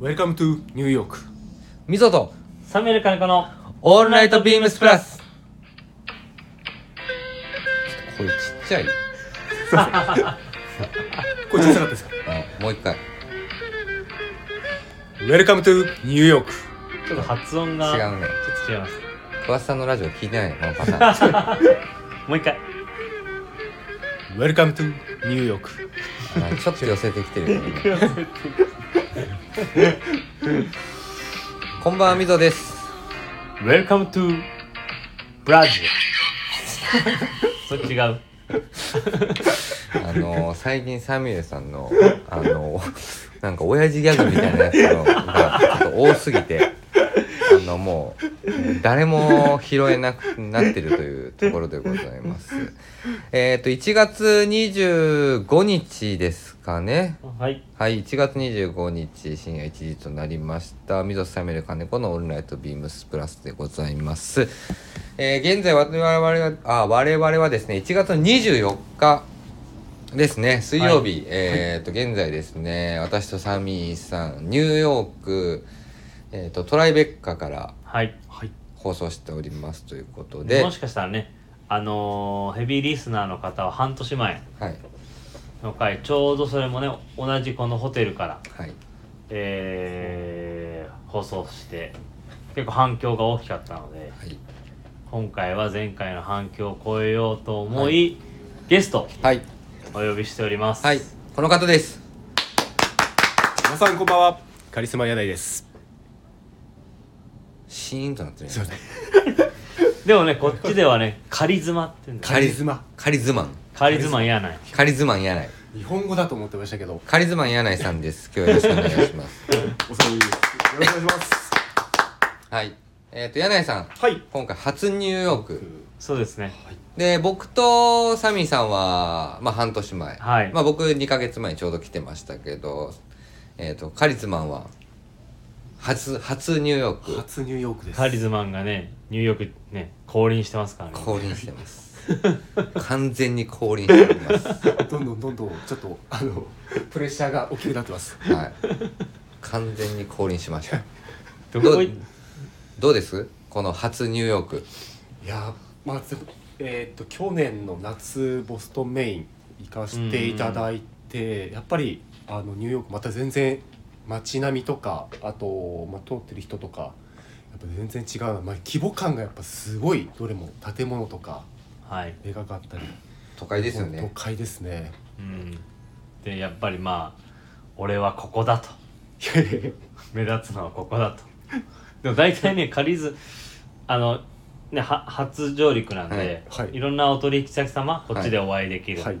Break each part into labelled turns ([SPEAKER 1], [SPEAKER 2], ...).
[SPEAKER 1] Welcome to New York
[SPEAKER 2] みぞと
[SPEAKER 3] サミュエル金子の
[SPEAKER 2] オールナイトビームスプラスちょっとこれちっちゃい
[SPEAKER 1] これ小さかったですか
[SPEAKER 2] あもう一回
[SPEAKER 1] Welcome to New York
[SPEAKER 3] ちょっと発音が
[SPEAKER 2] 違うね
[SPEAKER 3] ちょっと違います
[SPEAKER 2] 桑田さんのラジオ聞いて ないねこのパターン
[SPEAKER 3] もう一回
[SPEAKER 1] Welcome to New York
[SPEAKER 2] あちょっと寄せてきてるよねこんばんはみぞです
[SPEAKER 3] Welcome to ブラジルそれ違う
[SPEAKER 2] あのー最近サミュエルさんのあのーなんか親父ギャグみたいなやつのがちょっと多すぎてあのもう誰も拾えなくなってるというところでございますえっ、と1月25日ですかね
[SPEAKER 3] はい
[SPEAKER 2] はい1月25日深夜1時となりました「水戸サミュエル金子のオンライトビームスプラス」でございます、えー現在我々はあ我々はですね1月24日ですね水曜日、えーと現在ですね私とサミーさんニューヨーク、えー、とトライベッカから
[SPEAKER 3] はい
[SPEAKER 1] はい
[SPEAKER 2] 放送しておりますということで、
[SPEAKER 3] もしかしたらねあのーヘビーリスナーの方は半年前
[SPEAKER 2] はい
[SPEAKER 3] の回ちょうどそれもね同じこのホテルから
[SPEAKER 2] はい
[SPEAKER 3] えー放送して結構反響が大きかったので
[SPEAKER 2] はい、
[SPEAKER 3] 今回は前回の反響を超えようと思い、
[SPEAKER 2] は
[SPEAKER 3] ゲストを
[SPEAKER 2] はい
[SPEAKER 3] お呼びしております
[SPEAKER 2] はい、この方です
[SPEAKER 1] 皆さんこんばんはカリスマ柳井です
[SPEAKER 2] シーンとなってるね
[SPEAKER 3] でもねこっちではね カリズマって言うんだよ
[SPEAKER 2] カリズ
[SPEAKER 1] マ
[SPEAKER 2] カリズマン
[SPEAKER 3] カリズマやない
[SPEAKER 2] カリズマンやない
[SPEAKER 1] 日本語だと思ってましたけど
[SPEAKER 2] カリズマン柳井さんです。今日よろしくお願いします。
[SPEAKER 1] おさまですよろしくお願いします
[SPEAKER 2] はい。えっ、と、柳井さん。
[SPEAKER 1] はい
[SPEAKER 2] 今回初ニューヨーク。
[SPEAKER 3] そうですね
[SPEAKER 2] で、僕とサミーさんは、まあ半年前。
[SPEAKER 3] はい
[SPEAKER 2] まあ僕2ヶ月前にちょうど来てましたけど、えっ、と、カリズマンは、初、初ニューヨーク
[SPEAKER 1] 初ニューヨークです
[SPEAKER 3] カリズマンがねニューヨークね降臨してますからね
[SPEAKER 2] 降臨してます。完全に降臨しております。
[SPEAKER 1] どんどんどんどんちょっとあのプレッシャーが大きくなってます
[SPEAKER 2] はい。完全に降臨しました。
[SPEAKER 3] どこい
[SPEAKER 2] どどうですこの初ニューヨーク。
[SPEAKER 1] いやーまずえーっと去年の夏ボストンメイン行かせていただいて、やっぱりあのニューヨークまた全然街並みとかあと、まあ、通ってる人とかやっぱ全然違うな、まあ、規模感がやっぱすごいどれも建物とか
[SPEAKER 3] はい
[SPEAKER 1] でかかったり
[SPEAKER 2] 都会ですよね。
[SPEAKER 1] 都会ですね
[SPEAKER 3] うんでやっぱりまあ俺はここだと
[SPEAKER 1] いやいやいや
[SPEAKER 3] 目立つのはここだとでも大体ねカリズあのねは初上陸なんで、
[SPEAKER 1] はいは
[SPEAKER 3] い
[SPEAKER 1] い
[SPEAKER 3] ろんなお取引先様こっちでお会いできる、
[SPEAKER 1] はい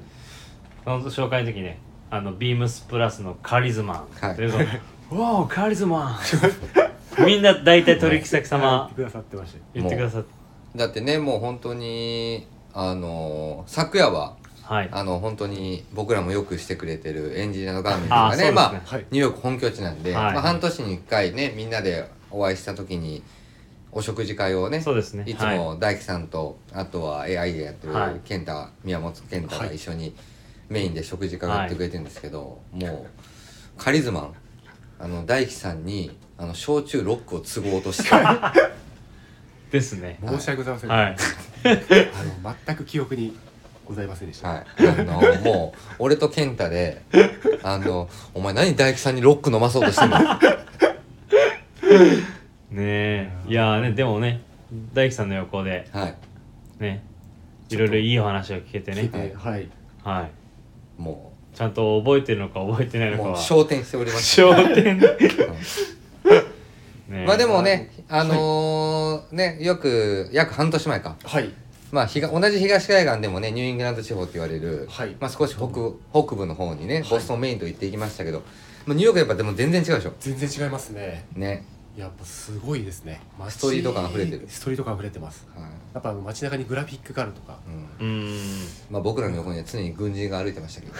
[SPEAKER 3] その紹介の時ねあのビームスプラスのカリズマン、
[SPEAKER 2] はい
[SPEAKER 3] でその 「おおカリズマン」 みんな大体取引先
[SPEAKER 1] 言っ
[SPEAKER 3] 様
[SPEAKER 1] てくださってましたよ
[SPEAKER 3] 言ってくださって
[SPEAKER 2] だってねもう本当にあの昨夜は
[SPEAKER 3] はい
[SPEAKER 2] あの本当に僕らもよくしてくれてるエンジニアのガーメント
[SPEAKER 3] あ
[SPEAKER 2] がね
[SPEAKER 3] ーそうですね
[SPEAKER 2] まあ、
[SPEAKER 1] はい
[SPEAKER 2] ニューヨーク本拠地なんで、
[SPEAKER 3] はい
[SPEAKER 2] まあ、半年に1回ねみんなでお会いした時にお食事会をね
[SPEAKER 3] そうですね
[SPEAKER 2] いつも大樹さんと、あとは AI でやってる
[SPEAKER 3] はい
[SPEAKER 2] 健太、宮本健太が一緒にメインで食事会をやってくれてるんですけど、もうカリズマンあの大樹さんにあの焼酎ロックを継ごうとして
[SPEAKER 3] ですね
[SPEAKER 1] 申し訳ございません、
[SPEAKER 3] はい
[SPEAKER 1] あの全く記憶にございませんでした、
[SPEAKER 2] はい、あのもう俺と健太で「あのお前何大吉さんにロック飲まそうとしてんの?」
[SPEAKER 3] ねえいやーねでもね大樹さんの横で
[SPEAKER 2] はい
[SPEAKER 3] ねいろいろいいお話を聞けて
[SPEAKER 1] 聞い
[SPEAKER 3] ね
[SPEAKER 1] てはい
[SPEAKER 3] はい
[SPEAKER 2] も
[SPEAKER 3] ちゃんと覚えてるのか覚えてな
[SPEAKER 2] う
[SPEAKER 3] いのか
[SPEAKER 2] もう
[SPEAKER 3] は
[SPEAKER 2] 昇天しております、
[SPEAKER 3] 焦点
[SPEAKER 2] うん
[SPEAKER 3] ね
[SPEAKER 2] まあでもねあのーねよく約半年前か
[SPEAKER 1] はい
[SPEAKER 2] まあ、ひが同じ東海岸でもねニューイングランド地方って言われる、
[SPEAKER 1] はい
[SPEAKER 2] まあ、少し北部北部の方にねボストンメインと行っていきましたけど、まあ、ニューヨークやっぱでも全然違うでしょ
[SPEAKER 1] 全然違いますね
[SPEAKER 2] ね、
[SPEAKER 1] やっぱすごいですね街
[SPEAKER 2] ストリート感溢れてる
[SPEAKER 1] ストリート感溢れてます
[SPEAKER 2] はい
[SPEAKER 1] やっぱあの街中にグラフィックがあるとか
[SPEAKER 2] うん
[SPEAKER 3] うーん
[SPEAKER 2] まあ、僕らの横には常に軍人が歩いてましたけど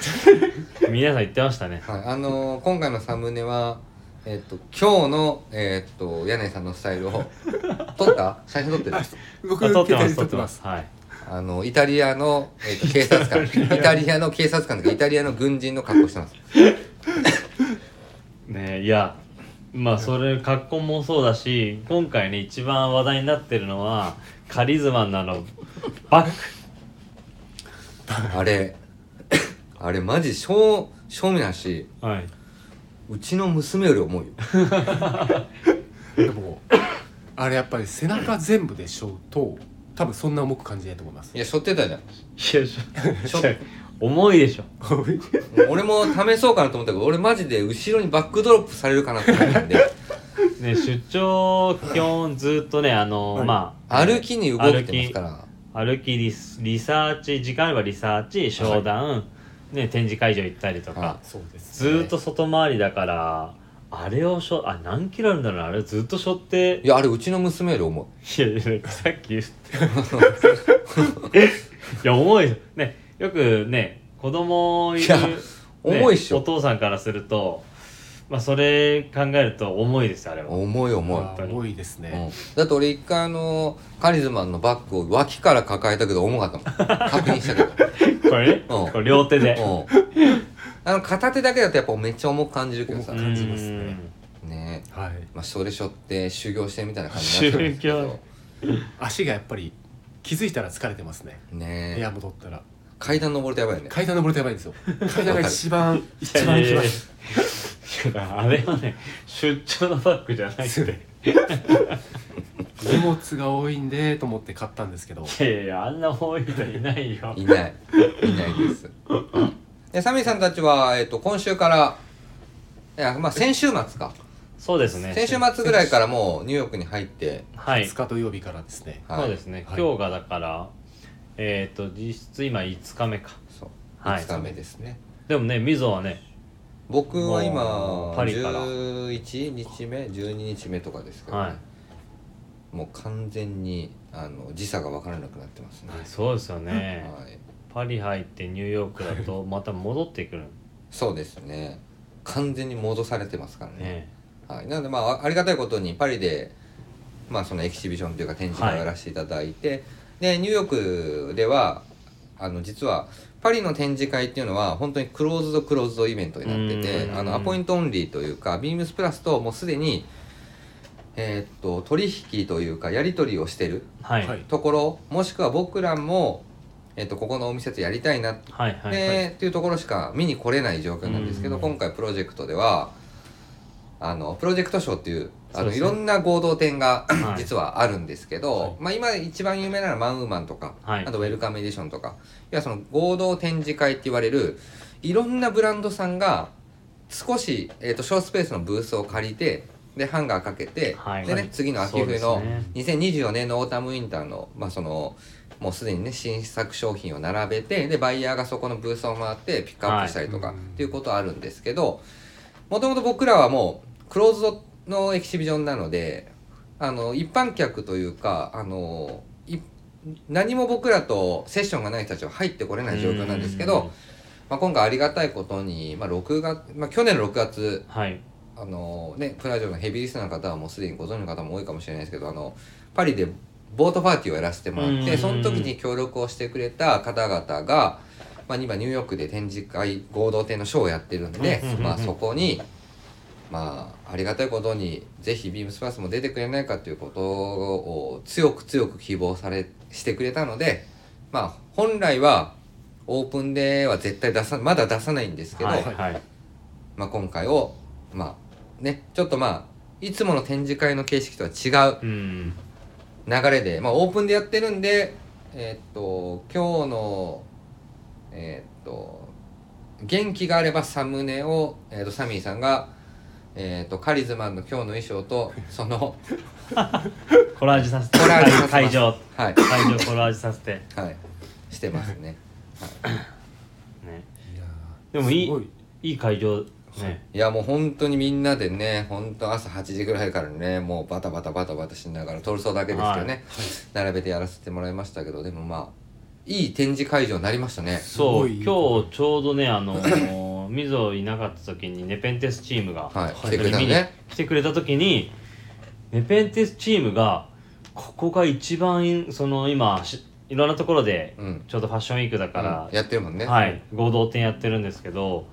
[SPEAKER 3] 皆さん言ってましたね
[SPEAKER 2] はい、あのー今回のサムネは、えっと今日の、えっと柳井さんのスタイルを撮った写真撮ってる
[SPEAKER 1] 僕
[SPEAKER 3] あ撮ってます
[SPEAKER 1] 携帯
[SPEAKER 3] 撮っ
[SPEAKER 1] で
[SPEAKER 3] てますはい
[SPEAKER 2] あのイタリアの、えっと警察官イタリアの警察官とかイタリアの軍人の格好してます
[SPEAKER 3] ねえいやまあそれ格好もそうだし今回ね一番話題になってるのはカリズマンなのバック
[SPEAKER 2] あれあれマジ正正味なし
[SPEAKER 3] はいう
[SPEAKER 2] ちの娘より重いよ
[SPEAKER 1] でもあれやっぱり背中全部でしょうと多分そんな重く感じないと思います
[SPEAKER 2] いやしょってたじゃん
[SPEAKER 3] いやしょいや重いでしょ
[SPEAKER 2] 俺も試そうかなと思ったけど俺マジで後ろにバックドロップされるかなと思ったんで
[SPEAKER 3] ね出張基本ずっとねあの、
[SPEAKER 1] はい
[SPEAKER 3] まあ
[SPEAKER 2] 歩きに動いてますから
[SPEAKER 3] 歩きリスリサーチ時間あればリサーチ商談、ね、展示会場行ったりとか、
[SPEAKER 2] は
[SPEAKER 1] そうです
[SPEAKER 3] ずーっと外回りだからあれをしょあ何キロあるんだろうなあれずっとしょって
[SPEAKER 2] いやあれうちの娘より重い
[SPEAKER 3] いやいやさっき言って いや重いよねよくね子供いる
[SPEAKER 2] いや
[SPEAKER 3] ね
[SPEAKER 2] 重いっしょ
[SPEAKER 3] お父さんからするとまあそれ考えると重いですよあれは
[SPEAKER 2] 重い重い、
[SPEAKER 1] あー重いです
[SPEAKER 2] うん
[SPEAKER 1] ね、
[SPEAKER 2] だって俺一回あのカリズマンのバッグを脇から抱えたけど重か ったもん確認したけ
[SPEAKER 3] これね
[SPEAKER 2] うん
[SPEAKER 3] これ両手で
[SPEAKER 2] ど、うん、あの片手だけだとやっぱめっちゃ重く感じるけどさ
[SPEAKER 1] 重
[SPEAKER 3] う
[SPEAKER 1] く
[SPEAKER 3] ん
[SPEAKER 1] 感じますね
[SPEAKER 2] ね
[SPEAKER 1] はい
[SPEAKER 2] まあそれしょって修行してみたいな感じになってますけど
[SPEAKER 3] 修
[SPEAKER 1] 足がやっぱり気づいたら疲れてますね部
[SPEAKER 2] ね
[SPEAKER 1] 屋戻ったら
[SPEAKER 2] 階段登るとやばいよね
[SPEAKER 1] 階段登るとやばいんですよ階段が一番一
[SPEAKER 3] いや
[SPEAKER 1] 番
[SPEAKER 3] いや
[SPEAKER 1] 一
[SPEAKER 3] いや
[SPEAKER 1] 番
[SPEAKER 3] いやあれはね出張のバッグじゃないってい
[SPEAKER 1] 荷物が多いんでと思って買ったんですけど
[SPEAKER 3] やいやいやあんな重い人いないよ
[SPEAKER 2] いないいない ですでサミーさんたちは、えっと今週からいやまあ先週末か
[SPEAKER 3] そうですね
[SPEAKER 2] 先週末ぐらいからもうニューヨークに入って、
[SPEAKER 3] はい
[SPEAKER 1] 2日土曜日からですね
[SPEAKER 2] はい、
[SPEAKER 3] そうですね、
[SPEAKER 1] はい
[SPEAKER 3] 今日がだからえっ、と実質今5日目か
[SPEAKER 2] そう
[SPEAKER 3] はい
[SPEAKER 2] 5日目ですね
[SPEAKER 3] でもねみぞはね
[SPEAKER 2] 僕は
[SPEAKER 3] も
[SPEAKER 2] 今
[SPEAKER 3] うパリから
[SPEAKER 2] 11日目12日目とかですけど、ね
[SPEAKER 3] は
[SPEAKER 2] もう完全にあの時差が分からなくなってますね、
[SPEAKER 3] いそうですよね、
[SPEAKER 2] はい、
[SPEAKER 3] パリ入ってニューヨークだとまた戻ってくる
[SPEAKER 2] そうですね完全に戻されてますからね
[SPEAKER 3] ね
[SPEAKER 2] はい、なのでまああありがたいことにパリで、まあ、そのエキシビションというか展示会をやらせていただいて、でニューヨークではあの実はパリの展示会っていうのは本当にクローズドクローズドイベントになってて
[SPEAKER 3] うん
[SPEAKER 2] あのアポイントオンリーというかビームスプラスともうすでに、えーっと取引というかやり取りをしてる
[SPEAKER 3] はいは
[SPEAKER 1] はいい
[SPEAKER 2] ところもしくは僕らも、えーっとここのお店とやりたいな
[SPEAKER 3] はいはい、
[SPEAKER 2] でっていうところしか見に来れない状況なんですけど、
[SPEAKER 3] うん
[SPEAKER 2] 今回プロジェクトではあのプロジェクトショーっていうあ
[SPEAKER 3] そう
[SPEAKER 2] の
[SPEAKER 3] です
[SPEAKER 2] い
[SPEAKER 3] ね
[SPEAKER 2] ろんな合同展が
[SPEAKER 3] はい
[SPEAKER 2] 実はあるんですけど、
[SPEAKER 1] はい
[SPEAKER 2] まあ、今一番有名なのはマンウーマンとか、
[SPEAKER 3] はい
[SPEAKER 2] あとウェルカムエディションとかいやその合同展示会って言われるいろんなブランドさんが少し、えー、と小スペースのブースを借りてでハンガーかけて、
[SPEAKER 3] はい
[SPEAKER 2] で
[SPEAKER 3] は
[SPEAKER 2] ね
[SPEAKER 3] い
[SPEAKER 2] 次の秋
[SPEAKER 3] そう
[SPEAKER 2] 冬
[SPEAKER 3] です
[SPEAKER 2] の
[SPEAKER 3] ね
[SPEAKER 2] 2024年のオータムウィンターの,、まあそのもうすでにね新作商品を並べてでバイヤーがそこのブースを回ってピックアップしたりとか、
[SPEAKER 1] はい
[SPEAKER 2] っていうことあるんですけどもともと僕らはもうクローズドのエキシビジョンなのであの一般客というかあのい何も僕らとセッションがない人たちは入ってこれない状況なんですけど、まあ、今回ありがたいことに、まあ、6月、まあ、去年の6月
[SPEAKER 3] うんはい
[SPEAKER 2] あのね、プラジオのヘビーリスナーの方はもうすでにご存知の方も多いかもしれないですけどあのパリでボートパーティーをやらせてもらっ
[SPEAKER 3] う
[SPEAKER 2] て
[SPEAKER 3] ん
[SPEAKER 2] その時に協力をしてくれた方々が、まあ、今ニューヨークで展示会合同展のショーをやってるんで
[SPEAKER 3] うんうんうんう、ん
[SPEAKER 2] まあ、そこに、まあ、ありがたいことにぜひビームスパースも出てくれないかということを強く強く希望されしてくれたので、まあ、本来はオープンでは絶対出さまだ出さないんですけど、
[SPEAKER 3] はいはい
[SPEAKER 2] まあ、今回をまあねちょっとまあいつもの展示会の形式とは違う
[SPEAKER 3] うん
[SPEAKER 2] 流れで、まあ、オープンでやってるんでえーっと今日のえーっと元気があればサムネを、えーっとサミーさんが、えーっとカリズマンの今日の衣装とそ の
[SPEAKER 3] コラージュさせて
[SPEAKER 2] コラージュさせます
[SPEAKER 3] 会場
[SPEAKER 2] はい
[SPEAKER 3] 会場コラージュさせて
[SPEAKER 2] はいしてますね。
[SPEAKER 3] ね
[SPEAKER 1] いや
[SPEAKER 3] でもいい
[SPEAKER 1] すごい
[SPEAKER 3] いい会場ね
[SPEAKER 2] いやもう本当にみんなでね本当朝8時ぐらいからねもうバタバタバタバタしながらトルソーだけですけどね、並べてやらせてもらいましたけどでもまあいい展示会場になりましたね
[SPEAKER 3] そ
[SPEAKER 1] すご
[SPEAKER 3] う
[SPEAKER 1] い
[SPEAKER 3] 今日ちょうどねあのみぞいなかった時にネペンテスチームが、
[SPEAKER 2] はい
[SPEAKER 1] はい
[SPEAKER 2] 来てくれたのね
[SPEAKER 3] 来てくれた時にネペンテスチームがここが一番その今しいろんなところで
[SPEAKER 2] うん
[SPEAKER 3] ちょうどファッションウィークだから、
[SPEAKER 2] うんやってるもんね
[SPEAKER 3] はい合同展やってるんですけど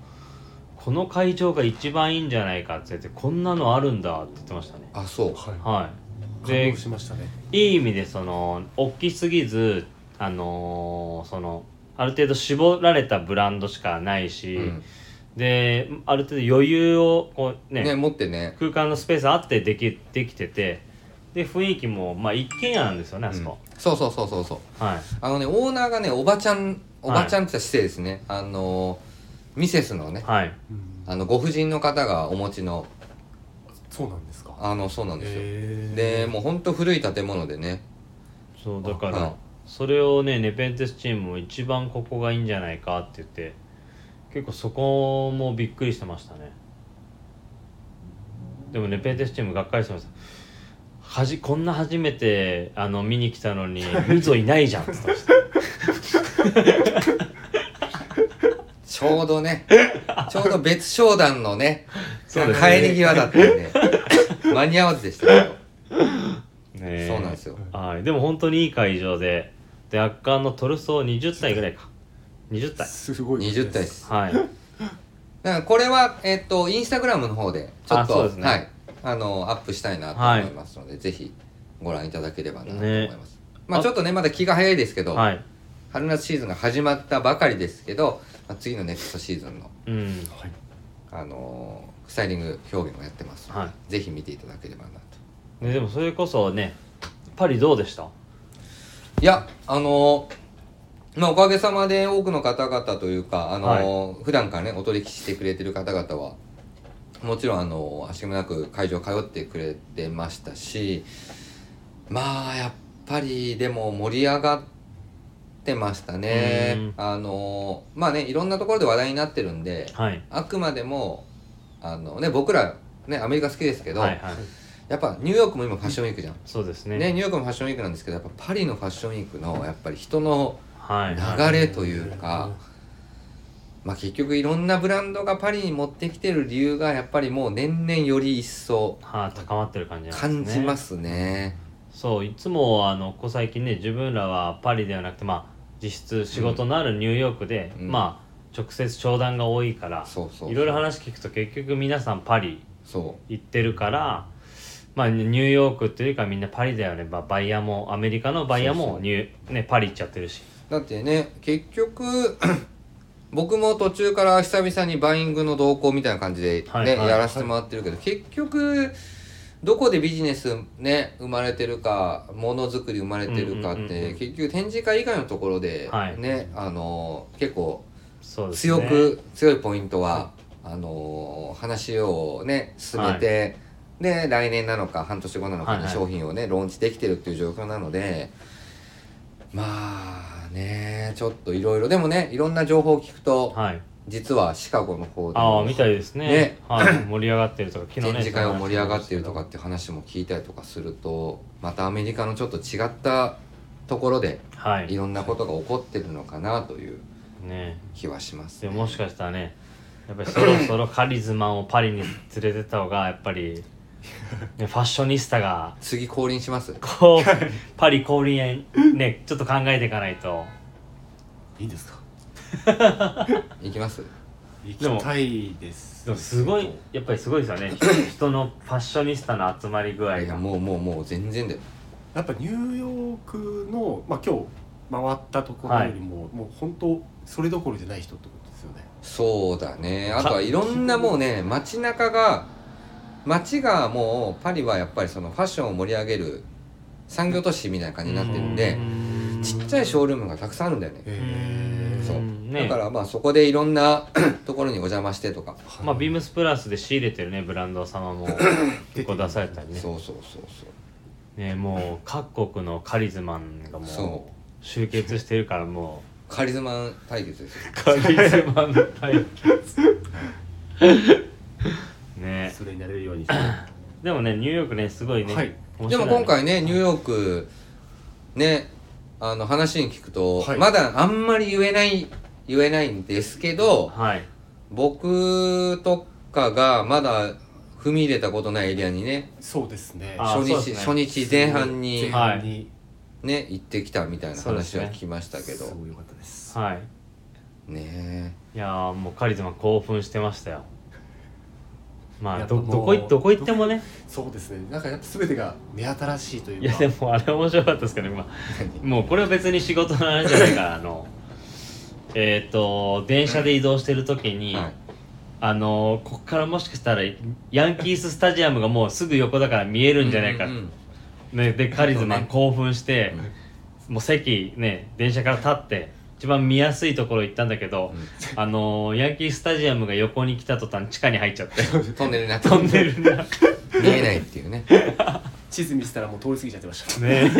[SPEAKER 3] この会場が一番いいんじゃないかって言ってこんなのあるんだって言ってましたね
[SPEAKER 2] あそう
[SPEAKER 1] は
[SPEAKER 3] はい
[SPEAKER 1] い感
[SPEAKER 3] で
[SPEAKER 1] 動しましたね
[SPEAKER 3] いい意味でその大きすぎずあのーそのある程度絞られたブランドしかないし、
[SPEAKER 2] うん
[SPEAKER 3] である程度余裕をこうね
[SPEAKER 2] ね持ってね
[SPEAKER 3] 空間のスペースあってできできててで雰囲気もまあ一軒家なんですよねあそこ、
[SPEAKER 2] そうそうそうそうそう
[SPEAKER 3] はい
[SPEAKER 2] あのねオーナーがねおばちゃんおばちゃんって言ったら失礼ですね、あのミセスのね
[SPEAKER 3] はい
[SPEAKER 1] うん
[SPEAKER 2] あのご婦人の方がお持ちの
[SPEAKER 1] そうなんですか
[SPEAKER 2] あのそうなんですよ、
[SPEAKER 1] へ
[SPEAKER 2] でもうほんと古い建物でね
[SPEAKER 3] そうだから、
[SPEAKER 2] はい
[SPEAKER 3] それをねネペンテスチームも一番ここがいいんじゃないかって言って結構そこもびっくりしてましたねでもネペンテスチームがっかりしてましたはじこんな初めてあの見に来たのに「溝いないじゃん」って言ってました
[SPEAKER 2] ちょうど ねちょうど別商談のね
[SPEAKER 3] そうですね
[SPEAKER 2] 帰り際だったんで 間に合わずでしたけど、
[SPEAKER 3] ねえ
[SPEAKER 2] そうなんですよ
[SPEAKER 3] はい、でも本当にいい会場でで圧巻のトルソー20体ぐらいか20体
[SPEAKER 1] すごいこと
[SPEAKER 2] 20体です
[SPEAKER 3] はい
[SPEAKER 2] だからこれはえっとインスタグラムの方でちょっ
[SPEAKER 3] あそ
[SPEAKER 2] と
[SPEAKER 3] うですね
[SPEAKER 2] はいあのアップしたいなと思いますので、ぜひご覧いただければなと思います、まあ
[SPEAKER 3] あ
[SPEAKER 2] ちょっとねまだ気が早いですけど、
[SPEAKER 3] はい
[SPEAKER 2] 春夏シーズンが始まったばかりですけど、まあ、次のネクストシーズンの、
[SPEAKER 3] うん
[SPEAKER 1] はい
[SPEAKER 2] あのースタイリング表現もやってますので、
[SPEAKER 3] は
[SPEAKER 2] ぜひ見ていただければなと
[SPEAKER 3] ねでもそれこそねパリどうでした
[SPEAKER 2] いやあのーまあ、おかげさまで多くの方々というか、あのー普段からねお取引してくれてる方々はもちろん、あのー、足もなく会場通ってくれてましたしまあやっぱりでも盛り上がってましたね。あのーまあねいろんなところで話題になってるんで、
[SPEAKER 3] はい
[SPEAKER 2] あくまでもあの、ね、僕ら、ね、アメリカ好きですけど、
[SPEAKER 3] はいはい
[SPEAKER 2] やっぱニューヨークも今ファッションウィークじゃん、
[SPEAKER 3] そうですね
[SPEAKER 2] ねニューヨークもファッションウィークなんですけどやっぱパリのファッションウィークのやっぱり人の
[SPEAKER 3] はいはい
[SPEAKER 2] 流れというか、まあ、結局いろんなブランドがパリに持ってきてる理由がやっぱりもう年々より一層
[SPEAKER 3] はい高まってる感じなんです
[SPEAKER 2] 感
[SPEAKER 3] ね
[SPEAKER 2] じますね。
[SPEAKER 3] そういつもあのここ最近ね自分らはパリではなくてまあ実質仕事のあるニューヨークで、
[SPEAKER 2] うん
[SPEAKER 3] まあ直接商談が多いから
[SPEAKER 2] そうそうそう
[SPEAKER 3] いろいろ話聞くと結局皆さんパリ
[SPEAKER 2] そ
[SPEAKER 3] 行ってるからまあニューヨークっていうかみんなパリだよね、まあ、バイヤーもアメリカのバイヤー
[SPEAKER 2] そう
[SPEAKER 3] も
[SPEAKER 2] そう
[SPEAKER 3] ニューね、パリ行っちゃってるし
[SPEAKER 2] うだってね結局 僕も途中から久々にバイングの動向みたいな感じで、ね
[SPEAKER 3] はいはい
[SPEAKER 2] やらせてもらってるけど、結局どこでビジネスね生まれてるかものづくり生まれてるかって、
[SPEAKER 3] うんうんうんうん
[SPEAKER 2] 結局展示会以外のところで、
[SPEAKER 3] はい
[SPEAKER 2] ねあの結構
[SPEAKER 3] そうです、ね、
[SPEAKER 2] 強く、強いポイントは、あの話をね進めて、で来年なのか半年後なのか
[SPEAKER 3] はい
[SPEAKER 2] に
[SPEAKER 3] はい
[SPEAKER 2] 商品をね、ローンチできてるっていう状況なのでまあねちょっといろいろでもねいろんな情報を聞くと、
[SPEAKER 3] はい
[SPEAKER 2] 実はシカゴの方で
[SPEAKER 3] ああ
[SPEAKER 2] も
[SPEAKER 3] みたいですね
[SPEAKER 2] ね
[SPEAKER 3] はい、盛り上がってるとか昨日ね
[SPEAKER 2] 展示会を盛り上がっているとかっていう話も聞いたりとかするとまたアメリカのちょっと違ったところで
[SPEAKER 3] はい
[SPEAKER 2] いろんなことが起こってるのかなという
[SPEAKER 3] ね
[SPEAKER 2] 気はします
[SPEAKER 3] で
[SPEAKER 2] ね、
[SPEAKER 3] ももしかしたらねやっぱりそろそろカリズマンをパリに連れてった方がやっぱり、ね、ファッショニスタが
[SPEAKER 2] 次降臨します
[SPEAKER 3] こうパリ降臨へねちょっと考えていかないと
[SPEAKER 1] いいですか
[SPEAKER 2] 行きます
[SPEAKER 1] 行
[SPEAKER 3] でも
[SPEAKER 1] きたいです
[SPEAKER 3] でもすごいやっぱりすごいですよね人のファッショニスタの集まり具合
[SPEAKER 2] いや
[SPEAKER 3] が
[SPEAKER 2] もうもうもう全然だよ
[SPEAKER 1] やっぱニューヨークの、まあ、今日回ったところよりも、もう本当それどころじゃない人ってことですよね
[SPEAKER 2] そうだねあとはいろんなもうね街中が街がもうパリはやっぱりそのファッションを盛り上げる産業都市みたいな感じになってるんでちっちゃいショールームがたくさんあるんだよね
[SPEAKER 1] へ
[SPEAKER 3] うん
[SPEAKER 1] ー
[SPEAKER 2] そう
[SPEAKER 3] ね
[SPEAKER 2] だからまあそこでいろんな ところにお邪魔してとか
[SPEAKER 1] はい
[SPEAKER 3] まあビームスプラスで仕入れてるねブランド 様も結構出されたりね
[SPEAKER 2] そうそうそうそう
[SPEAKER 3] ねもう各国のカリズマンがも
[SPEAKER 2] そう
[SPEAKER 3] 集結してるからも
[SPEAKER 2] カリズマン対決ですよ
[SPEAKER 3] うカリズマンの対決ね
[SPEAKER 1] それになれるようにしては
[SPEAKER 3] でもねニューヨークねすごいね、
[SPEAKER 1] はい
[SPEAKER 3] 面白いね
[SPEAKER 2] でも今回ねニューヨークねあの話に聞くと、
[SPEAKER 1] はい
[SPEAKER 2] まだあんまり言えない言えないんですけど
[SPEAKER 3] はい
[SPEAKER 2] 僕とかがまだ踏み入れたことないエリアにね
[SPEAKER 1] そうですね
[SPEAKER 3] あ
[SPEAKER 2] 初
[SPEAKER 3] そう
[SPEAKER 2] 日、
[SPEAKER 3] です
[SPEAKER 2] 初
[SPEAKER 3] ね
[SPEAKER 2] 日前半に
[SPEAKER 1] 前半に、
[SPEAKER 2] ね行ってきたみたいな
[SPEAKER 3] そうです
[SPEAKER 2] 話
[SPEAKER 3] ね
[SPEAKER 2] は聞きましたけど
[SPEAKER 1] すごい良かったです
[SPEAKER 3] はい
[SPEAKER 2] ね
[SPEAKER 3] いやーもうカリズマン興奮してましたよま
[SPEAKER 1] や
[SPEAKER 3] あ
[SPEAKER 1] っぱ
[SPEAKER 3] ど
[SPEAKER 1] もう
[SPEAKER 3] どこいどこ行ってもね
[SPEAKER 1] そうですねなんかやっぱ全てが目新しいという
[SPEAKER 3] い
[SPEAKER 1] か
[SPEAKER 3] やでもあれ面白かったですけど、まあ、もうこれは別に仕事の話じゃないからあのえっ、と電車で移動してる時に、
[SPEAKER 2] はい
[SPEAKER 3] あのこっからもしかしたらヤンキーススタジアムがもうすぐ横だから見えるんじゃないか、
[SPEAKER 2] うんうん
[SPEAKER 3] ね、でカリズマン
[SPEAKER 2] そうね
[SPEAKER 3] 興奮して、もう席ね電車から立って一番見やすいところ行ったんだけど、あのヤンキースタジアムが横に来た途端地下に入っちゃって
[SPEAKER 2] うんトンネルになって
[SPEAKER 3] トンネルが
[SPEAKER 2] 見えないっていうね
[SPEAKER 1] 地図見せたらもう通り過ぎちゃってました
[SPEAKER 3] ね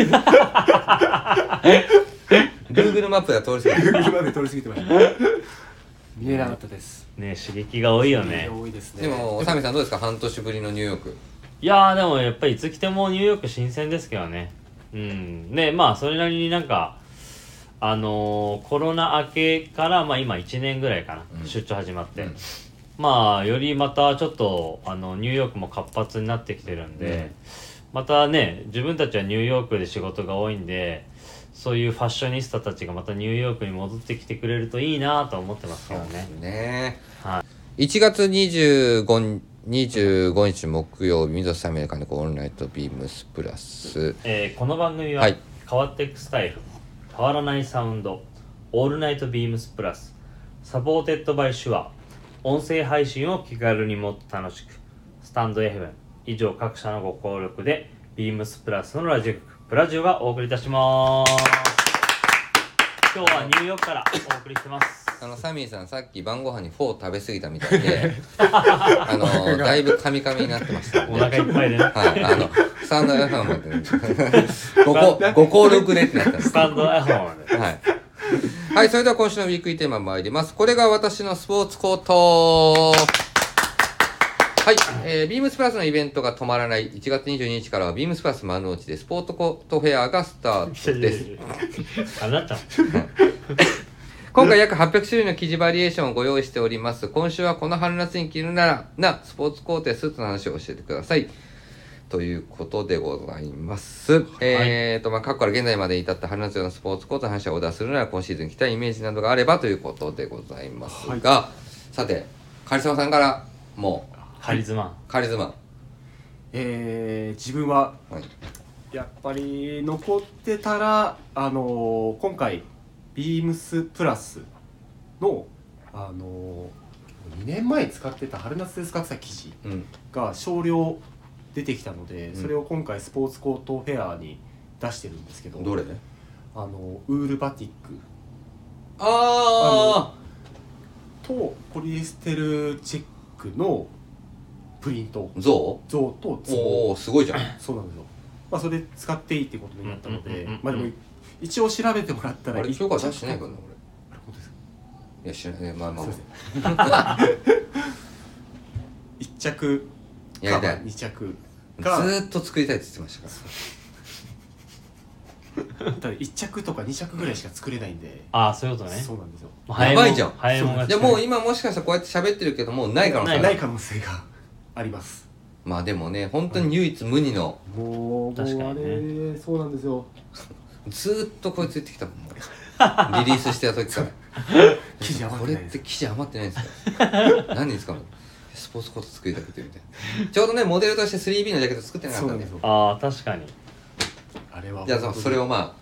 [SPEAKER 2] Google マップでは通り過ぎ る
[SPEAKER 1] 車で通り過ぎてました 見えなかったです
[SPEAKER 3] ね刺激が多いよね
[SPEAKER 1] 多いですね
[SPEAKER 2] でもおさみさんどうですか半年ぶりのニューヨーク
[SPEAKER 3] いやーでもやっぱりいつ来てもニューヨーク新鮮ですけどねうんでまあそれなりになんかあのーコロナ明けからまあ今1年ぐらいかな、
[SPEAKER 2] うん
[SPEAKER 3] 出張始まって、
[SPEAKER 2] うん
[SPEAKER 3] まあよりまたちょっとあのニューヨークも活発になってきてるんで、またね自分たちはニューヨークで仕事が多いんでそういうファッショニスタたちがまたニューヨークに戻ってきてくれるといいなとは思ってますけどね
[SPEAKER 2] ね
[SPEAKER 3] は
[SPEAKER 2] 1月25日25日木曜日、水戸アメリカのオンライトビームスプラス。
[SPEAKER 3] えーこの番組は
[SPEAKER 2] はい
[SPEAKER 3] 変わっていくスタイル変わらないサウンドオールナイトビームスプラスサポーテッドバイシュア音声配信を気軽にもっと楽しくスタンド FM 以上各社のご協力でビームスプラスのラジオ局プラジオがお送りいたします今日はニューヨークからお送りしてます
[SPEAKER 2] あの、サミーさん、さっき晩ご飯にフォー食べ過ぎたみたいで、あの、だいぶカミカミになってましたん
[SPEAKER 3] お
[SPEAKER 2] で。
[SPEAKER 3] 腹いっぱいでね
[SPEAKER 2] はい、あの、スタンド FM まで、ごこご協力でってなったんです
[SPEAKER 3] ス。タンド FM まで
[SPEAKER 2] はい。はい、それでは今週のウィークリーテーマ参ります。これが私のスポーツコート。はい、えー、ビームスプラスのイベントが止まらない1月22日からはビームスプラス丸の内でスポーツコートフェアがスタートです。
[SPEAKER 3] あなた
[SPEAKER 2] 今回約800種類の生地バリエーションをご用意しております。今週はこの春夏に着るなら、な、スポーツコートやスーツの話を教えてください。ということでございます。えーと、まあ、過去から現在まで至った春夏用のスポーツコートの話をオーダーするなら、今シーズン着たいイメージなどがあればということでございますが、さて、カリスマさんから、も
[SPEAKER 3] カリズマン
[SPEAKER 2] う、カリスマ。
[SPEAKER 1] えー自分は
[SPEAKER 2] はい。
[SPEAKER 1] やっぱり残ってたらあのー今回ビームスプラスのあの2年前使ってた春夏で使ってた生地
[SPEAKER 2] うん。
[SPEAKER 1] が少量出てきたので、
[SPEAKER 2] ん
[SPEAKER 1] それを今回スポーツコートフェアに出してるんですけど
[SPEAKER 2] どれ
[SPEAKER 1] あのウールバティック
[SPEAKER 2] あ
[SPEAKER 1] とポリエステルチェックのプリント
[SPEAKER 2] ー象
[SPEAKER 1] 像とツボ
[SPEAKER 2] おー、すごいじゃん。
[SPEAKER 1] そうなんですよ、まあ、それ使っていいってことになったの
[SPEAKER 3] うんうん
[SPEAKER 1] で
[SPEAKER 3] うんうん
[SPEAKER 1] まあでも一応調べてもらったら
[SPEAKER 2] あれ、
[SPEAKER 1] 一
[SPEAKER 2] 今日から出してないかな、俺。
[SPEAKER 1] あれ本当ですか
[SPEAKER 2] いや、知らない。まあまあ
[SPEAKER 1] すい
[SPEAKER 2] ま
[SPEAKER 1] ま
[SPEAKER 2] あ
[SPEAKER 1] せん。一着
[SPEAKER 2] やりたい
[SPEAKER 1] か二着
[SPEAKER 2] ず
[SPEAKER 1] か
[SPEAKER 2] ーっと作りたいって言ってましたか
[SPEAKER 1] ただ一着とか二着ぐらいしか作れないんで、
[SPEAKER 3] ああそういうことね
[SPEAKER 1] そうなんですよ
[SPEAKER 2] やばいじゃん
[SPEAKER 3] 早いもん
[SPEAKER 2] ら
[SPEAKER 3] 勝
[SPEAKER 2] で
[SPEAKER 3] ち
[SPEAKER 2] もう今もしかしたらこうやって喋ってるけどもうない可能性ある
[SPEAKER 1] ない可能性があります
[SPEAKER 2] まあでもね本当に唯一無二の
[SPEAKER 1] もう
[SPEAKER 3] 確かにね
[SPEAKER 1] あれそうなんですよ
[SPEAKER 2] ずーっとこいつ言ってきたもんもうリリースしてた時から
[SPEAKER 1] 生地余
[SPEAKER 2] こ
[SPEAKER 1] って
[SPEAKER 2] れっ
[SPEAKER 1] ないです
[SPEAKER 2] て生地余ってないんで すか何に使うのスポーツコート作りたくてみたいなちょうどねモデルとして 3B のジャケット作ってなか
[SPEAKER 1] そ
[SPEAKER 2] っ
[SPEAKER 1] う
[SPEAKER 2] た
[SPEAKER 1] なんん
[SPEAKER 2] で
[SPEAKER 1] ですよ
[SPEAKER 3] ああ確かに
[SPEAKER 1] あれは
[SPEAKER 2] じゃあそのそれをまあ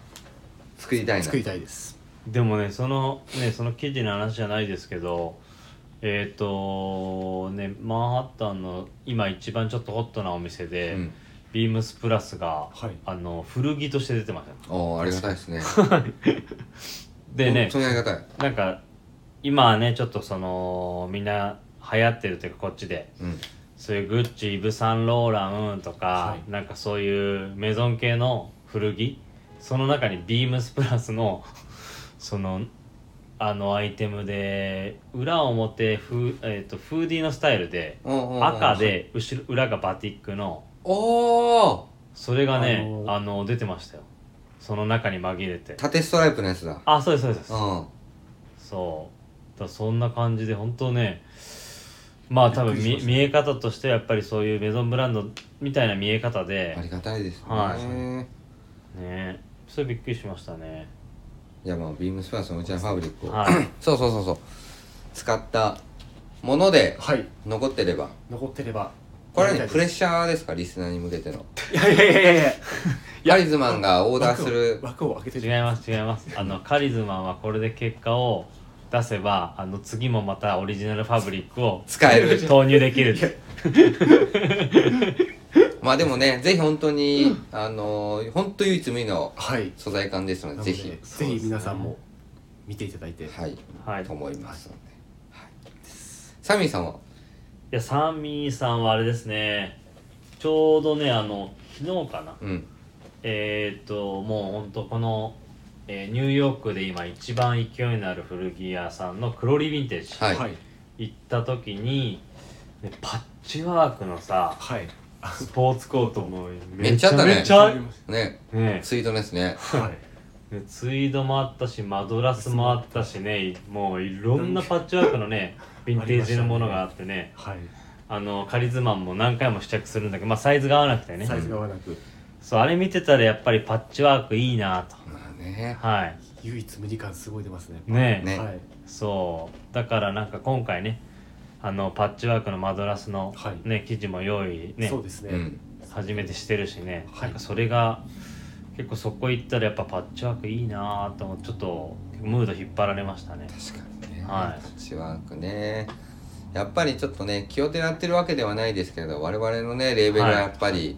[SPEAKER 2] 作りたいな
[SPEAKER 1] 作りたいです
[SPEAKER 3] でもねそのねその記事の話じゃないですけどえっ、とねマンハッタンの今一番ちょっとホットなお店で、
[SPEAKER 2] うん
[SPEAKER 3] ビームスプラスが、
[SPEAKER 1] はい
[SPEAKER 3] あの古着として出てました
[SPEAKER 2] おーありがたいですね
[SPEAKER 3] でね
[SPEAKER 2] 本当にありがたい
[SPEAKER 3] なんか今はねちょっとそのみんな流行ってるというかこっちで
[SPEAKER 2] うん
[SPEAKER 3] そういうグッチイヴ・サンローランとか、
[SPEAKER 1] はい
[SPEAKER 3] なんかそういうメゾン系の古着その中にビームスプラスの そのあのアイテムで裏表フ,、えー、とフーディーのスタイルで
[SPEAKER 2] おーおーおー
[SPEAKER 3] 赤で後ろ裏がバティックの
[SPEAKER 2] おお
[SPEAKER 3] それが
[SPEAKER 1] あ
[SPEAKER 3] ね
[SPEAKER 1] のー
[SPEAKER 3] あの出てましたよその中に紛れて
[SPEAKER 2] 縦ストライプのやつだ
[SPEAKER 3] あそうですそうです
[SPEAKER 2] う、ん
[SPEAKER 3] そうだからそんな感じで本当ねまあ多分
[SPEAKER 1] びっくりしま
[SPEAKER 3] 見
[SPEAKER 1] した
[SPEAKER 3] 見え方としてはやっぱりそういうメゾンブランドみたいな見え方で
[SPEAKER 2] ありがたいですね、
[SPEAKER 3] はねそれびっくりしましたね
[SPEAKER 2] いやまあビームスプラスのうちのファブリックを、
[SPEAKER 3] はい
[SPEAKER 2] そうそうそうそう使ったもので
[SPEAKER 1] はい
[SPEAKER 2] 残ってれば
[SPEAKER 1] 残ってれば
[SPEAKER 2] これはねプレッ
[SPEAKER 1] シ
[SPEAKER 2] シャーですかリスナーに向けての
[SPEAKER 1] ャーいやいやいやいやいや
[SPEAKER 2] カリズマンがオーダーする
[SPEAKER 1] 枠を枠を開けて
[SPEAKER 3] 違います違いますあのカリズマンはこれで結果を出せばあの次もまたオリジナルファブリックを
[SPEAKER 2] 使える
[SPEAKER 3] 投入できる
[SPEAKER 1] いや
[SPEAKER 2] まあでもねぜひ本当にあの本当唯一無二の
[SPEAKER 1] はい
[SPEAKER 2] 素材感ですの
[SPEAKER 1] な
[SPEAKER 2] で
[SPEAKER 1] ので
[SPEAKER 2] ぜひ
[SPEAKER 1] ぜひ皆さんも見ていただいて
[SPEAKER 2] はい
[SPEAKER 3] はいい
[SPEAKER 2] と思いますので、はい、サミーさんは
[SPEAKER 3] やサミーさんはあれですねちょうどねあの昨日かな
[SPEAKER 2] うん
[SPEAKER 3] えーっともうほんとこの、えーニューヨークで今一番勢いのある古着屋さんのクロリヴィンテージ、
[SPEAKER 2] はい
[SPEAKER 1] はい
[SPEAKER 3] 行った時にねパッチワークのさ
[SPEAKER 1] はい
[SPEAKER 3] スポーツコートも
[SPEAKER 2] めっちゃあったね
[SPEAKER 3] めちゃ
[SPEAKER 2] ね
[SPEAKER 3] ね
[SPEAKER 2] ツイートですね
[SPEAKER 1] はい
[SPEAKER 3] ねツイードもあったしマドラスもあったしねもういろんなパッチワーク のねヴィンテージのものがあってね
[SPEAKER 1] はい
[SPEAKER 3] あのカリズマンも何回も試着するんだけど、まあ、サイズが合わなくてね
[SPEAKER 1] サイズが合わなく
[SPEAKER 3] そうあれ見てたらやっぱりパッチワークいいなと
[SPEAKER 2] まあね
[SPEAKER 3] はい
[SPEAKER 1] 唯一無二感すごい出ますね
[SPEAKER 3] ねえ
[SPEAKER 2] ね
[SPEAKER 1] はい
[SPEAKER 3] そうだからなんか今回ねあのパッチワークのマドラスの、
[SPEAKER 1] はい
[SPEAKER 3] ね生地も用意ね
[SPEAKER 1] そうですね、
[SPEAKER 2] うん
[SPEAKER 3] 初めてしてるしね、
[SPEAKER 1] はい
[SPEAKER 3] なんかそれが結構そこ行ったらやっぱパッチワークいいなと思ってちょっとムード引っ張られましたね
[SPEAKER 2] 確かにね、
[SPEAKER 3] はい
[SPEAKER 2] パッチワークねやっぱりちょっとね気をてらってるわけではないですけど我々のねレーベルはやっぱり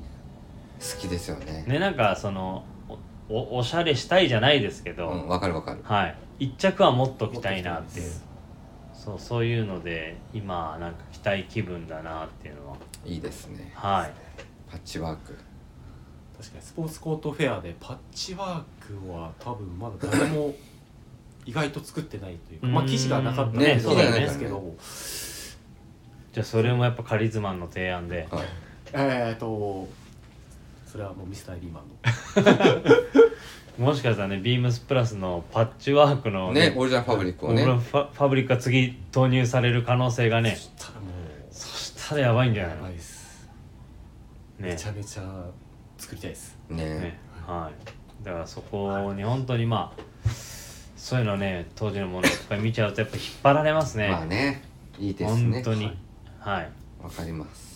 [SPEAKER 2] 好きですよね、
[SPEAKER 3] ねなんかそのおおおしゃれしたいじゃないですけ
[SPEAKER 2] う
[SPEAKER 3] ど、
[SPEAKER 2] んわかるわかる
[SPEAKER 3] はい一着は持っときたいなってい
[SPEAKER 1] 持っ
[SPEAKER 3] う
[SPEAKER 1] ときた
[SPEAKER 3] そうそういうので今なんか期待気分だなっていうのはい
[SPEAKER 2] いですね
[SPEAKER 3] はい
[SPEAKER 2] パッチワーク
[SPEAKER 1] 確かにスポーツコートフェアでパッチワークは多分まだ誰も意外と作ってないというか、まあ、
[SPEAKER 3] うーん
[SPEAKER 1] 生地がなかったの
[SPEAKER 3] ね
[SPEAKER 1] でそうなん
[SPEAKER 3] そうだよね
[SPEAKER 1] ですけど、
[SPEAKER 3] じゃあそれもやっぱカリズマンの提案で
[SPEAKER 2] はい
[SPEAKER 1] えー、とそれはもうミスターリーマンの
[SPEAKER 3] もしかしたらねビームスプラスのパッチワークの
[SPEAKER 2] ねオリジナルファブリックをね
[SPEAKER 3] 僕のファファブリックが次投入される可能性がね
[SPEAKER 1] そしたらもう
[SPEAKER 3] そしたらやばいんじゃない
[SPEAKER 1] や
[SPEAKER 3] の
[SPEAKER 1] ばい
[SPEAKER 3] ね
[SPEAKER 1] です、めちゃめちゃ作りたいです
[SPEAKER 2] ね
[SPEAKER 3] ねはいだからそこに本当にまあそういうのね当時のものをいっぱい見ちゃうとやっぱ引っ張られますね
[SPEAKER 2] まあねいいです
[SPEAKER 3] 本
[SPEAKER 2] ね
[SPEAKER 3] 当にはい、
[SPEAKER 2] わかります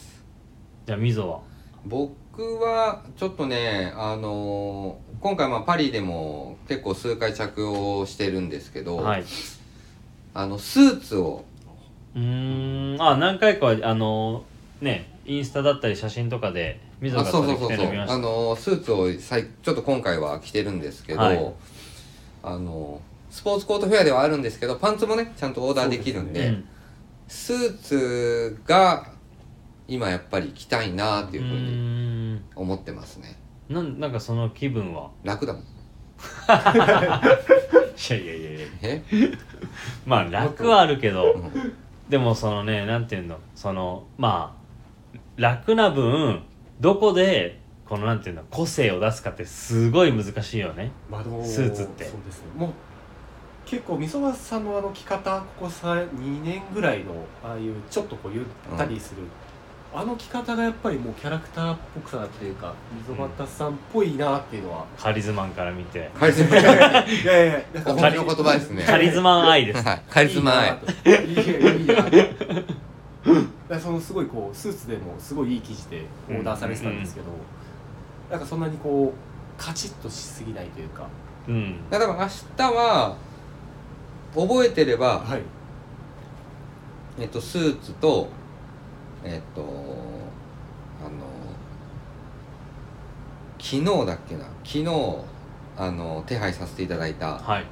[SPEAKER 3] じゃあみぞは
[SPEAKER 2] 僕はちょっとねあのー今回まあパリでも結構数回着用してるんですけど、
[SPEAKER 3] はい
[SPEAKER 2] あのスーツを
[SPEAKER 3] うーんあ何回かはあのねインスタだったり写真とかでみぞ
[SPEAKER 2] あ
[SPEAKER 3] が
[SPEAKER 2] そう
[SPEAKER 3] 撮
[SPEAKER 2] そ
[SPEAKER 3] り
[SPEAKER 2] うそ
[SPEAKER 3] 来
[SPEAKER 2] うそう
[SPEAKER 3] てるの見まし
[SPEAKER 2] あ
[SPEAKER 3] た
[SPEAKER 2] のスーツをさいちょっと今回は着てるんですけど、
[SPEAKER 3] はい
[SPEAKER 2] あのスポーツコートフェアではあるんですけどパンツもねちゃんとオーダーできるんで
[SPEAKER 1] そう
[SPEAKER 3] うん
[SPEAKER 2] スーツが今やっぱり着たいなって
[SPEAKER 3] う
[SPEAKER 2] いうふうに
[SPEAKER 3] ーん
[SPEAKER 2] 思ってますね
[SPEAKER 3] なんなんかその気分は
[SPEAKER 2] 楽だもん
[SPEAKER 3] いやいやいやいや
[SPEAKER 2] え、
[SPEAKER 3] まあ楽はあるけど、
[SPEAKER 2] うん
[SPEAKER 3] でもそのねなんていうのそのまあ楽な分どこでこのなんていうの個性を出すかってすごい難しいよね
[SPEAKER 1] まあでも
[SPEAKER 3] スーツって
[SPEAKER 1] そうですねもう結構みそばさんのあの着方ここさ2年ぐらいのああいうちょっとこうゆったりする、あの着方がやっぱりもうキャラクターっぽくさなっていうか溝端さんっぽいなっていうのは、
[SPEAKER 3] カリズマンから見て
[SPEAKER 2] カリ スマ
[SPEAKER 1] いや いやいやなん
[SPEAKER 2] お
[SPEAKER 1] か
[SPEAKER 2] 褒めの言葉ですね
[SPEAKER 3] カリズマン 愛です
[SPEAKER 2] はいカリスマ愛
[SPEAKER 1] いいないやいやいやだからそのすごいこうスーツでもすごいいい生地でオーダーされてたんですけど、なんかそんなにこうカチッとしすぎないというか
[SPEAKER 3] うん
[SPEAKER 2] だから明日は覚えてれば、
[SPEAKER 1] はい
[SPEAKER 2] えっと、スーツとえっとあの昨日だっけな昨日あの手配させていただいた
[SPEAKER 3] はい
[SPEAKER 1] はい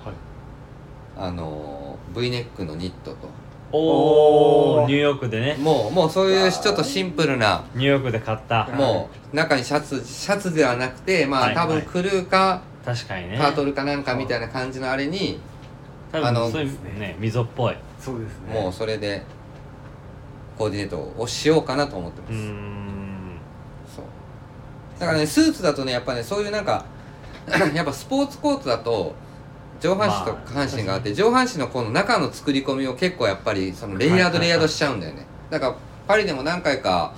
[SPEAKER 2] あの V ネックのニットと
[SPEAKER 3] お
[SPEAKER 1] お
[SPEAKER 3] お
[SPEAKER 1] ー
[SPEAKER 3] ニューヨークでね
[SPEAKER 2] もうもうそういう
[SPEAKER 1] わー
[SPEAKER 2] ちょっとシンプルな
[SPEAKER 3] ニューヨークで買った
[SPEAKER 1] はい
[SPEAKER 2] もう中にシャツシャツではなくてま
[SPEAKER 3] は
[SPEAKER 2] あ
[SPEAKER 3] いは
[SPEAKER 2] 多
[SPEAKER 3] い
[SPEAKER 2] 分クルーか
[SPEAKER 3] 確かにね
[SPEAKER 2] タートルかなんかみたいな感じのあれに
[SPEAKER 3] 多
[SPEAKER 2] あの
[SPEAKER 3] 分そういうね溝っぽい
[SPEAKER 1] そうですね
[SPEAKER 2] もうそれでコーディネートをしようかなと思ってま
[SPEAKER 3] う
[SPEAKER 2] す。
[SPEAKER 3] ーん
[SPEAKER 2] そうだからねスーツだとねやっぱねそういうなんか やっぱスポーツコートだと上半身と
[SPEAKER 3] まあ
[SPEAKER 2] 下半身があって、上半身のこの中の作り込みを結構やっぱりそのレイヤードレイヤードしちゃうんだよねだからパリでも何回か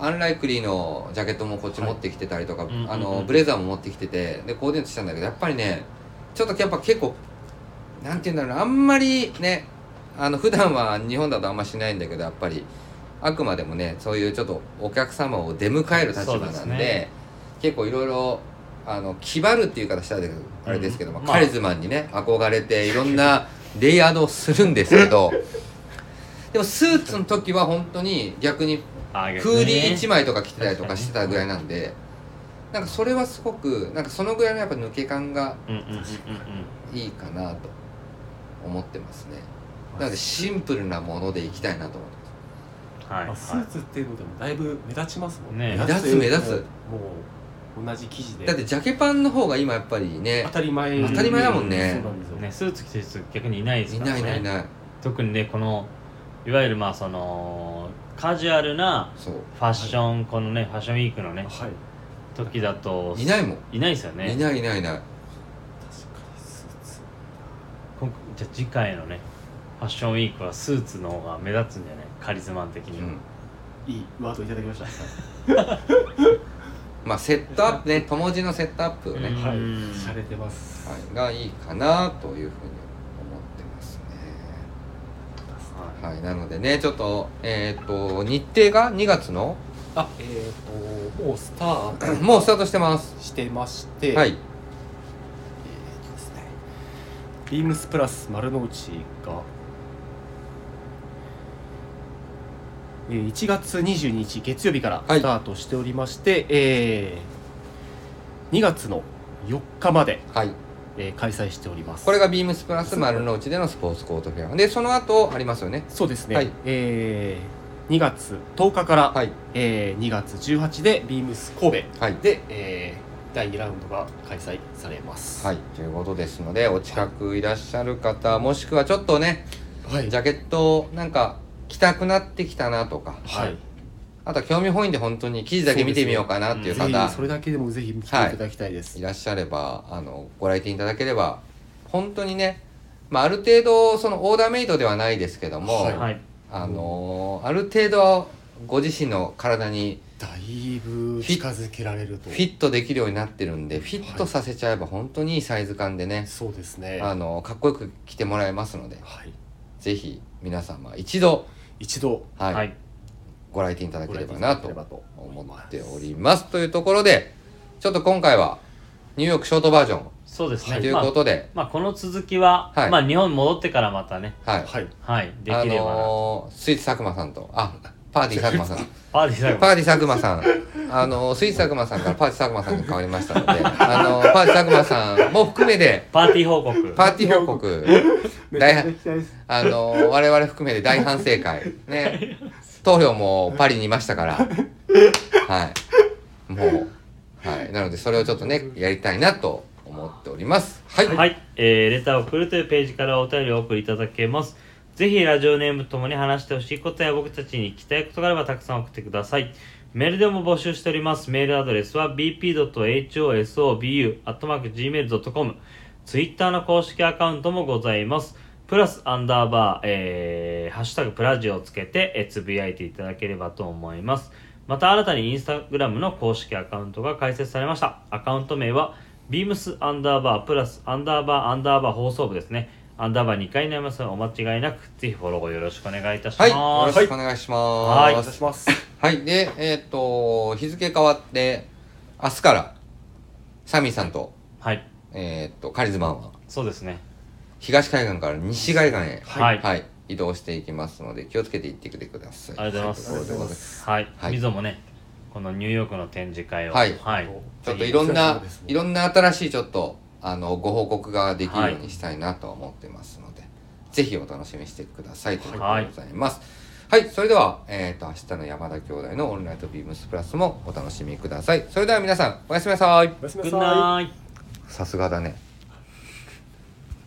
[SPEAKER 2] アンライクリーのジャケットもこっち持ってきてたりとか、
[SPEAKER 3] い
[SPEAKER 2] あ
[SPEAKER 3] うんうんう
[SPEAKER 2] の
[SPEAKER 3] ん
[SPEAKER 2] ブレザーも持ってきててでコーディネートしたんだけどやっぱりねちょっとやっぱ結構なんて言うんだろうなあんまりねあの普段は日本だとあんましないんだけどやっぱりあくまでもねそういうちょっとお客様を出迎える立場な
[SPEAKER 3] そうです
[SPEAKER 2] んで
[SPEAKER 3] ね
[SPEAKER 2] 結構いろいろあの気張るっていう言い方したらあれですけども、
[SPEAKER 3] うんまあ
[SPEAKER 2] カリズマにね憧れていろんな レイヤードをするんですけ どでもスーツの時は本当に逆に
[SPEAKER 3] あ逆
[SPEAKER 2] フ
[SPEAKER 3] に
[SPEAKER 2] ー
[SPEAKER 3] ね
[SPEAKER 2] ディー1枚とか着てたりとかしてたぐらいなんでなんかそれはすごくなんかそのぐらいのやっぱ抜け感が
[SPEAKER 3] うんうんうんうんうん
[SPEAKER 2] いいかなと思ってますねなのでシンプルなものでいきたいなと思ってます
[SPEAKER 1] ま
[SPEAKER 3] はい
[SPEAKER 1] あ
[SPEAKER 3] はい
[SPEAKER 1] スーツっていうのでもだいぶ目立ちますもんね
[SPEAKER 3] ね
[SPEAKER 2] 目立つ目立
[SPEAKER 1] もう同じ生地で
[SPEAKER 2] だってジャケパンの方が今やっぱりね
[SPEAKER 1] 当たり前
[SPEAKER 3] 当たり前だも
[SPEAKER 2] んね
[SPEAKER 1] そうなんですよ
[SPEAKER 3] ねスーツ着てる人逆にいないです
[SPEAKER 2] い
[SPEAKER 3] から
[SPEAKER 2] な
[SPEAKER 3] ね
[SPEAKER 2] いいないいない
[SPEAKER 3] 特にねこのいわゆるまあそのカジュアルな
[SPEAKER 2] そう
[SPEAKER 3] ファッションこのねファッションウィークのね
[SPEAKER 1] はい
[SPEAKER 3] 時だと
[SPEAKER 2] いないもん
[SPEAKER 3] いないですよね
[SPEAKER 2] いないいないいない
[SPEAKER 1] 確かにスーツ
[SPEAKER 3] 今じゃあ次回のねファッションウィークはスーツの方が目立つんじゃないカリスマン的に
[SPEAKER 2] う
[SPEAKER 3] は、
[SPEAKER 2] ん
[SPEAKER 1] いいワードいただきました
[SPEAKER 2] まあセットアップね友達のセットアップをね
[SPEAKER 3] うん
[SPEAKER 2] は
[SPEAKER 1] はい
[SPEAKER 3] うん
[SPEAKER 1] 洒落てます
[SPEAKER 2] いがいいかなというふうに思ってますね
[SPEAKER 3] はい
[SPEAKER 2] はい、なのでね、ちょっと、えーっ、と、日程が2月 の、
[SPEAKER 1] あえっともうスター
[SPEAKER 2] もうスタートしてます。
[SPEAKER 1] してまして
[SPEAKER 2] はい、
[SPEAKER 1] えーですねビームスプラス丸の内が、えー1月22日月曜日から
[SPEAKER 2] はい
[SPEAKER 1] スタートしておりまして、えー2月の4日まで、
[SPEAKER 2] はい、
[SPEAKER 1] えー開催しております
[SPEAKER 2] これがビームスプラス丸の内でのスポーツコートフェア。で、その後ありますよね。
[SPEAKER 1] そうですね、
[SPEAKER 2] はい
[SPEAKER 1] えー2月10日から、
[SPEAKER 2] はい、
[SPEAKER 1] えー2月18日でビームス神
[SPEAKER 2] はい、
[SPEAKER 1] 戸で、えー第2ラウンドが開催されます
[SPEAKER 2] はい、ということですので、お近くいらっしゃる方、もしくはちょっとね、
[SPEAKER 1] はい
[SPEAKER 2] ジャケットをなんか着たくなってきたなとか、
[SPEAKER 1] はい、
[SPEAKER 2] あとは興味本位で本当に記事だけ見てみようかなっていう
[SPEAKER 1] ぜ
[SPEAKER 2] 方、
[SPEAKER 1] ひそれだけでもぜひ見ていただきたいです、
[SPEAKER 2] いらっしゃればあのご来店いただければ本当にね、まあ、ある程度そのオーダーメイドではないですけども、
[SPEAKER 1] はい
[SPEAKER 3] はい
[SPEAKER 2] あのーある程度ご自身の体に
[SPEAKER 1] だいぶ近づけられると
[SPEAKER 2] フィットできるようになってるんでフィットさせちゃえば本当にいいサイズ感でね、
[SPEAKER 1] そうですね
[SPEAKER 2] あのーかっこよく着てもらえますので
[SPEAKER 1] はい
[SPEAKER 2] ぜひ皆様一度、
[SPEAKER 1] 一度
[SPEAKER 2] はい
[SPEAKER 3] はい
[SPEAKER 2] ご来店いただけれ
[SPEAKER 1] ご
[SPEAKER 2] ば
[SPEAKER 1] 来店いただ
[SPEAKER 2] な
[SPEAKER 1] け
[SPEAKER 2] と
[SPEAKER 1] ればと思い
[SPEAKER 2] 思
[SPEAKER 1] ます
[SPEAKER 2] っておりますというところでちょっと今回はニューヨークショートバージョン
[SPEAKER 3] そうです
[SPEAKER 2] と
[SPEAKER 3] ね、
[SPEAKER 2] いう
[SPEAKER 3] まあ
[SPEAKER 2] ことで、
[SPEAKER 3] まあこの続きは、
[SPEAKER 2] はい
[SPEAKER 3] まあ日本に戻ってからまたね
[SPEAKER 2] はい、
[SPEAKER 1] はい
[SPEAKER 3] はいで
[SPEAKER 2] あ
[SPEAKER 3] きればな、
[SPEAKER 2] のースイーツ佐久間さんとあパーティー佐久間さん
[SPEAKER 3] パーティー最後
[SPEAKER 2] パーティー佐久間さん、あのスイーツ佐久間さんからパーティー佐久間さんに変わりましたので、あのパーティー佐久間さんも含めて
[SPEAKER 3] パーティー報告
[SPEAKER 2] パーティー報告、大あの我々含めて大反省会ね、投票もパリにいましたから、はい、もうはいなのでそれをちょっとねやりたいなと思っております。はい、
[SPEAKER 3] はい、えーレターを送るというページからお便りをお送りいただけます。ぜひラジオネームともに話してほしいことや僕たちに聞きたいことがあればたくさん送ってください。メールでも募集しております。メールアドレスは bp.hosobu.gmail.com。ツイッターの公式アカウントもございます。プラスアンダーバー、えーハッシュタグプラジオをつけて、えーつぶやいていただければと思います。また新たにインスタグラムの公式アカウントが開設されました。アカウント名は、ビームスアンダーバープラスアンダーバーアンダーバー放送部ですね。アンダーバー2回になりますのでお間違いなく、ぜひフォローよろしくお願いいたしま
[SPEAKER 2] はい、
[SPEAKER 3] す。
[SPEAKER 2] よろしくお願いします。
[SPEAKER 3] は
[SPEAKER 1] お願いします
[SPEAKER 2] はい、で、えっ、と、日付変わって、明日から、サミーさんと、
[SPEAKER 3] はい、
[SPEAKER 2] えっ、と、カリズマンは、
[SPEAKER 3] そうですね。
[SPEAKER 2] 東海岸から西海岸へ、
[SPEAKER 3] はい
[SPEAKER 2] 移動していきますので、気をつけて行ってきてください。
[SPEAKER 3] ありがとうございます
[SPEAKER 2] はところでございます。
[SPEAKER 3] はい、
[SPEAKER 2] はい
[SPEAKER 3] 溝もね、このニューヨークの展示会を、
[SPEAKER 2] はいち
[SPEAKER 3] ぜ
[SPEAKER 2] ょっ
[SPEAKER 3] ひ
[SPEAKER 2] といろん
[SPEAKER 1] そ
[SPEAKER 2] な
[SPEAKER 1] うです、ね
[SPEAKER 2] いろんな新しいちょっと、あの、ご報告ができるようにしたいなとは思ってますので、ぜひお楽しみにしてくださいということでございます。はい、それでは、えっ、と、明日の山田兄弟のオンライトビームスプラスもお楽しみください。それでは皆さん、おやすみなさい。
[SPEAKER 1] おやすみ
[SPEAKER 3] グ
[SPEAKER 1] なさ
[SPEAKER 3] ッ
[SPEAKER 1] い
[SPEAKER 3] ナイ
[SPEAKER 2] さすがだね。